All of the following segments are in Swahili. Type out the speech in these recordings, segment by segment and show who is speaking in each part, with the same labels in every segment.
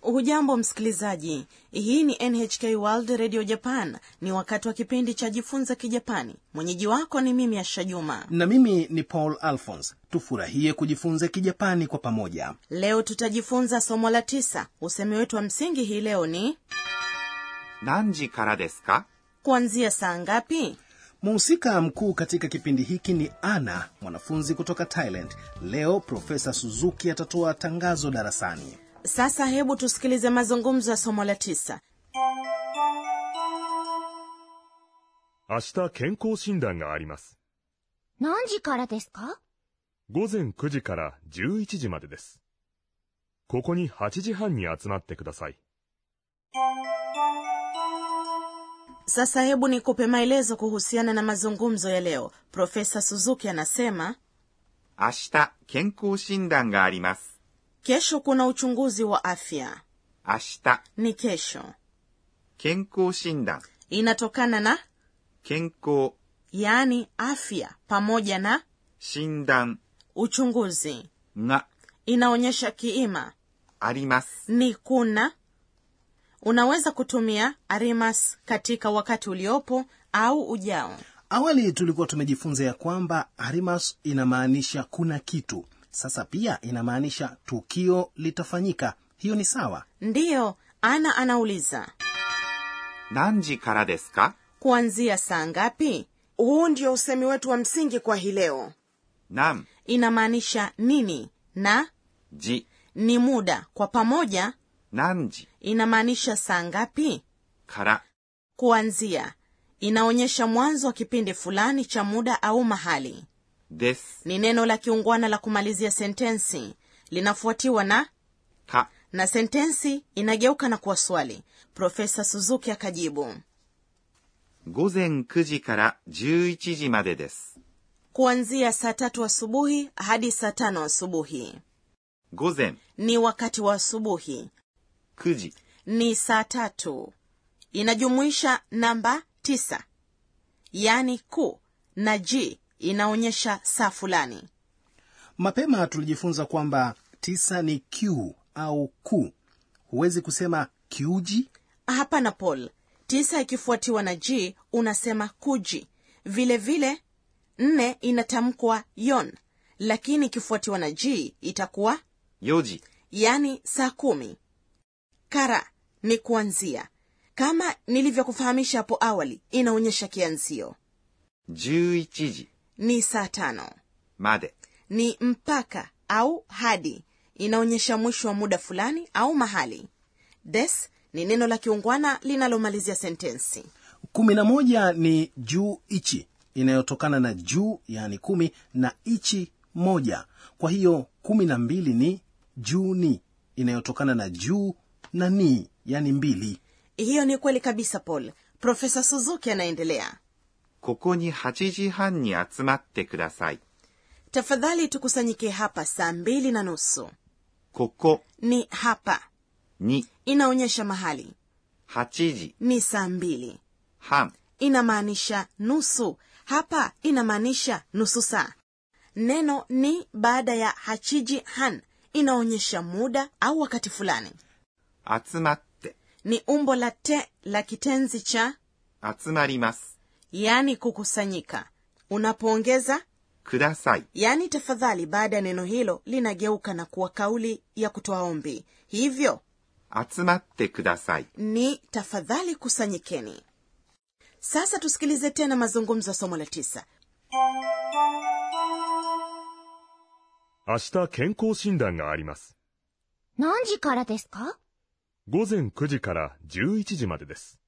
Speaker 1: hujambo msikilizaji hii ni nhk world radio japan ni wakati wa kipindi cha jifunza kijapani mwenyeji wako ni mimi asha juma
Speaker 2: na mimi ni paul alphons tufurahie kujifunza kijapani kwa pamoja
Speaker 1: leo tutajifunza somo la tisa usemi wetu wa msingi hii leo ni
Speaker 3: 何時からですか
Speaker 1: kuanzia saa ngapi
Speaker 2: mhusika mkuu katika kipindi hiki ni ana mwanafunzi kutoka thailand leo profesa suzuki atatoa tangazo darasani
Speaker 1: sasa hebu tusikilize mazungumzo ya somo la tisa
Speaker 4: 明日健康診断があります。
Speaker 5: 何時からですか
Speaker 4: 午前9時から11時までです。ここに8時半に集まってください。
Speaker 1: sasa hebu nikupe maelezo kuhusiana na mazungumzo ya leo profesa suzuki anasema
Speaker 3: 明日健康診断があります。
Speaker 1: kesho kuna uchunguzi wa afya
Speaker 3: 明日
Speaker 1: ni kesho
Speaker 3: 健康診断
Speaker 1: inatokana na
Speaker 3: 健康
Speaker 1: yaani afya pamoja na
Speaker 3: 診断
Speaker 1: uchunguzi
Speaker 3: が
Speaker 1: inaonyesha kiima
Speaker 3: あります。
Speaker 1: ni kuna unaweza kutumia arimas katika wakati uliopo au ujao
Speaker 2: awali tulikuwa tumejifunza ya kwamba arimas inamaanisha kuna kitu sasa pia inamaanisha tukio litafanyika hiyo ni sawa
Speaker 1: ndiyo ana anauliza
Speaker 3: 何時からですか
Speaker 1: kuanzia saa ngapi huu ndio usemi wetu wa msingi kwa hii leo
Speaker 3: 何
Speaker 1: inamaanisha nini na
Speaker 3: 時
Speaker 1: ni muda kwa pamoja
Speaker 3: 何時
Speaker 1: inamaanisha saa ngapi
Speaker 3: から
Speaker 1: kuanzia inaonyesha mwanzo wa kipindi fulani cha muda au mahali
Speaker 3: です。
Speaker 1: ni neno la kiungwana la kumalizia sentensi linafuatiwa na
Speaker 3: か
Speaker 1: na sentensi inageuka na kuwa swali profesa suzuki akajibu
Speaker 3: 午前9時から11時までです。
Speaker 1: kuanzia saa tatu asubuhi hadi saa tano asubuhi
Speaker 3: 午前
Speaker 1: ni wakati wa asubuhi
Speaker 3: 9時
Speaker 1: ni saa tatu inajumuisha namba tisa yaani ku na g inaonyesha saa fulani
Speaker 2: mapema tulijifunza kwamba tisa ni q au ku huwezi kusema kiuji
Speaker 1: hapa na paul tisa ikifuatiwa na g unasema kuji vile vile nne inatamkwa yon lakini ikifuatiwa na g itakuwa
Speaker 3: 4時
Speaker 1: yani saa kumi kara ni kuanzia kama nilivyokufahamisha hapo awali inaonyesha kianzio
Speaker 3: 11時
Speaker 1: ni saa tano
Speaker 3: まで
Speaker 1: ni mpaka au hadi inaonyesha mwisho wa muda fulani au mahali des ni neno la kiungwana linalomalizia sentensi
Speaker 2: kumi na moja ni juu ichi inayotokana na juu yani kumi na ichi moja kwa hiyo kumi na mbili ni juu ni inayotokana na juu na ni yani mbili
Speaker 1: hiyo ni kweli kabisa paul profesa suzuki anaendelea
Speaker 3: ここに8時半に集まってください。
Speaker 1: tafadhali tukusanyike hapa saa mbili na nusu
Speaker 3: ここ
Speaker 1: ni hapa
Speaker 3: に
Speaker 1: inaonyesha mahali
Speaker 3: 8時
Speaker 1: ni saa mbili
Speaker 3: 半
Speaker 1: inamaanisha nusu hapa inamaanisha nusu saa neno ni baada ya hachiji han inaonyesha muda au wakati fulani
Speaker 3: 集まって、
Speaker 1: ni umbo la te la kitenzi cha
Speaker 3: 集まります。
Speaker 1: yani kukusanyika unapoongeza
Speaker 3: ください。
Speaker 1: yani Yaani tafadhali baada ya neno hilo linageuka na kuwa kauli ya kutoa ombi hivyo
Speaker 3: 集まってください。
Speaker 1: ni tafadhali kusanyikeni sasa tusikilize tena mazungumzo ya somo la tisa
Speaker 4: 明日健康診断があります。
Speaker 5: 何時からですか
Speaker 4: 午前9時から11時までです。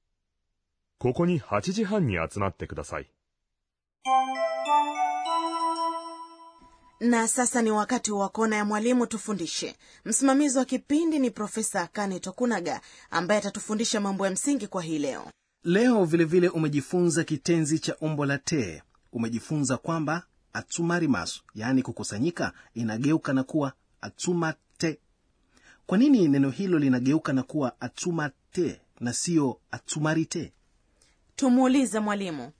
Speaker 4: ここに8時半に集まってください。
Speaker 1: na sasa ni wakati wa kona ya mwalimu tufundishe msimamizi wa kipindi ni profesa akane tokunaga ambaye atatufundisha mambo ya msingi kwa hii leo
Speaker 2: leo vilevile vile umejifunza kitenzi cha umbo la te umejifunza kwamba atsumarimas yaani kukusanyika inageuka na kuwa atsumate kwa nini neno hilo linageuka na kuwa atsumate na siyo atsumarite
Speaker 1: tumuulize mwalimu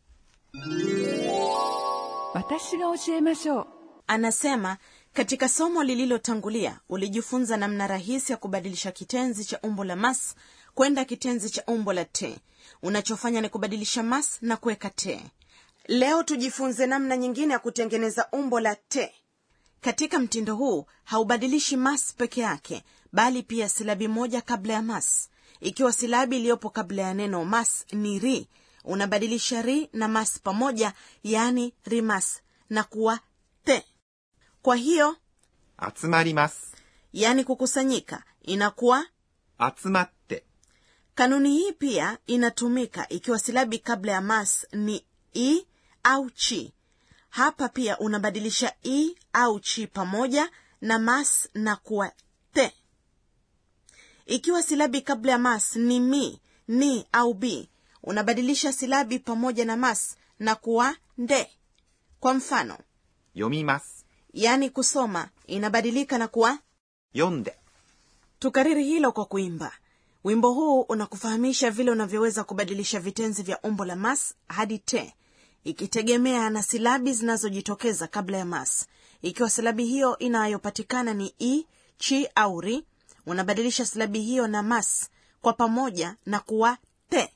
Speaker 6: 私が教えましょう。
Speaker 1: anasema katika somo lililotangulia ulijifunza namna rahisi ya kubadilisha kitenzi cha umbo la mas kwenda kitenzi cha umbo la te unachofanya ni kubadilisha mas na kuweka te leo tujifunze namna nyingine ya kutengeneza umbo la te katika mtindo huu haubadilishi mas peke yake bali pia silabi moja kabla ya mas ikiwa silabi iliyopo kabla ya neno mas ni ri unabadilisha ri na mas pamoja yaani rimas na kuwa te kwa hiyo
Speaker 3: 集まります。
Speaker 1: yaani kukusanyika inakuwa
Speaker 3: 集まって、
Speaker 1: kanuni hii pia inatumika ikiwa silabi kabla ya mas ni i au chi hapa pia unabadilisha i au chi pamoja na mas na kuwa te ikiwa silabi kabla ya mas ni mi ni au bi unabadilisha silabi pamoja na mas na kuwa nde kwa mfano
Speaker 3: 読みます。
Speaker 1: yaani kusoma inabadilika na kuwa
Speaker 3: 読んで、
Speaker 1: tukariri hilo kwa kuimba wimbo huu unakufahamisha vile unavyoweza kubadilisha vitenzi vya umbo la mas hadi te ikitegemea na silabi zinazojitokeza kabla ya mas ikiwa silabi hiyo inayopatikana ni i chi au ri unabadilisha silabi hiyo na mas kwa pamoja na kuwa te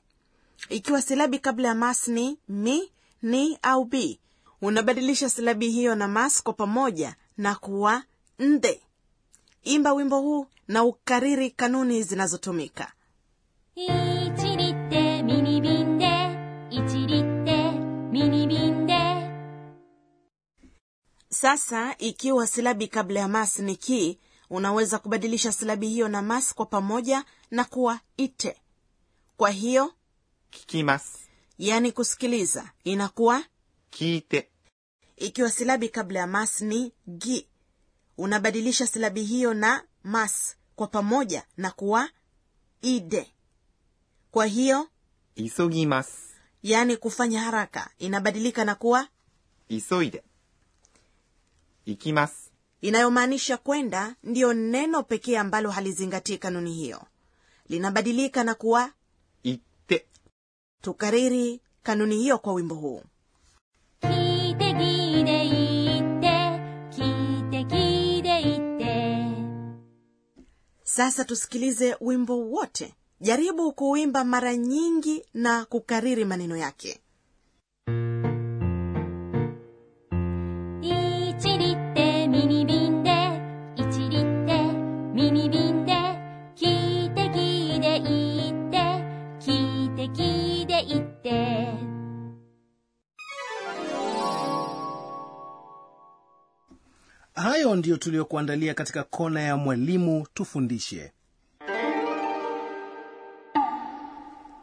Speaker 1: ikiwa silabi kabla ya mas ni mi ni au bi unabadilisha silabi hiyo na mas kwa pamoja na kuwa nde imba wimbo huu na ukariri kanuni zinazotumika
Speaker 5: 1リってミニ瓶で、1リってミニ瓶で、
Speaker 1: sasa ikiwa silabi kabla ya mas ni ki unaweza kubadilisha silabi hiyo na mas kwa pamoja na kuwa ite kwa hiyo
Speaker 3: 聞きます。
Speaker 1: yani kusikiliza inakuwa
Speaker 3: 聞いて、
Speaker 1: ikiwa silabi kabla ya mas ni gi unabadilisha silabi hiyo na mas kwa pamoja na kuwa ide kwa hiyo
Speaker 3: 急ぎます。
Speaker 1: yani kufanya haraka inabadilika na kuwa
Speaker 3: 急いで。行きます。
Speaker 1: inayomaanisha kwenda ndiyo neno pekee ambalo halizingatii kanuni hiyo linabadilika na kuwa
Speaker 3: 行って、
Speaker 1: tukariri kanuni hiyo kwa wimbo huu
Speaker 5: 聞いて聞いて言って、聞いて聞いて言って。
Speaker 1: sasa tusikilize wimbo wote jaribu kuimba mara nyingi na kukariri maneno yake
Speaker 5: 1リってミニ瓶で1リってミニ瓶で聞いて聞いて言って聞いて聞いて言って
Speaker 2: hayo ndiyo tuliyokuandalia katika kona ya mwalimu tufundishe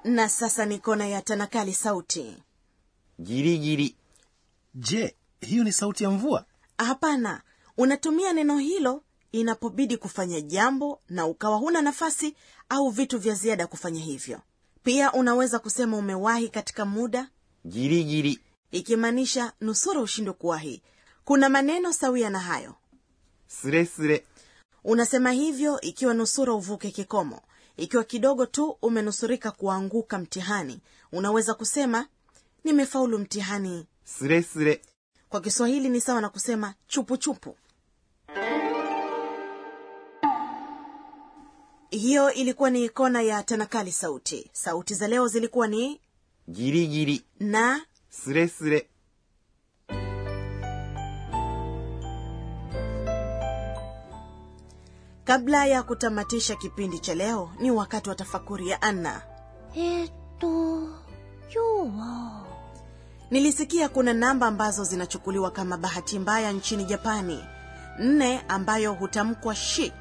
Speaker 1: na sasa ni kona ya tanakali sauti
Speaker 3: ギリギリ、
Speaker 2: je hiyo ni sauti ya mvua
Speaker 1: hapana unatumia neno hilo inapobidi kufanya jambo na ukawa huna nafasi au vitu vya ziada kufanya hivyo pia unaweza kusema umewahi katika muda
Speaker 3: ギリギリ、
Speaker 1: ikimaanisha nusura ushindwe kuwahi kuna maneno sawia na hayo
Speaker 3: スレスレ、
Speaker 1: unasema hivyo ikiwa nusura uvuke kikomo ikiwa kidogo tu umenusurika kuanguka mtihani unaweza kusema nimefaulu mtihani
Speaker 3: スレスレ、
Speaker 1: kwa kiswahili ni sawa na kusema chupuchupu hiyo ilikuwa ni kona ya tanakali sauti sauti za leo zilikuwa ni
Speaker 3: ギリギリ、
Speaker 1: na
Speaker 3: スレスレ。
Speaker 1: kabla ya kutamatisha kipindi cha leo ni wakati wa tafakuri ya anna
Speaker 5: えっと今日は
Speaker 1: nilisikia kuna namba ambazo zinachukuliwa kama bahati mbaya nchini japani nne ambayo hutamkwa shi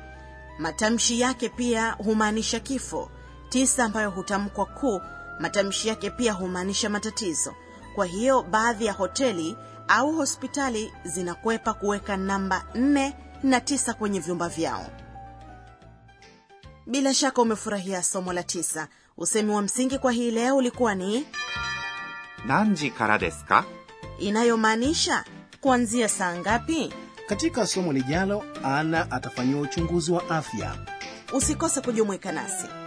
Speaker 1: matamshi yake pia humaanisha kifo tisa ambayo hutamkwa ku matamshi yake pia humaanisha matatizo kwa hiyo baadhi ya hoteli au hospitali zinakwepa kuweka namba nne na tisa kwenye vyumba vyao bila shaka umefurahia somo la tisa usemi wa msingi kwa hii leo ulikuwa ni
Speaker 3: 何時からですか
Speaker 1: inayomaanisha kuanzia saa ngapi
Speaker 2: katika somo lijalo ana atafanyiwa uchunguzi wa afya
Speaker 1: usikose kujumuika nasi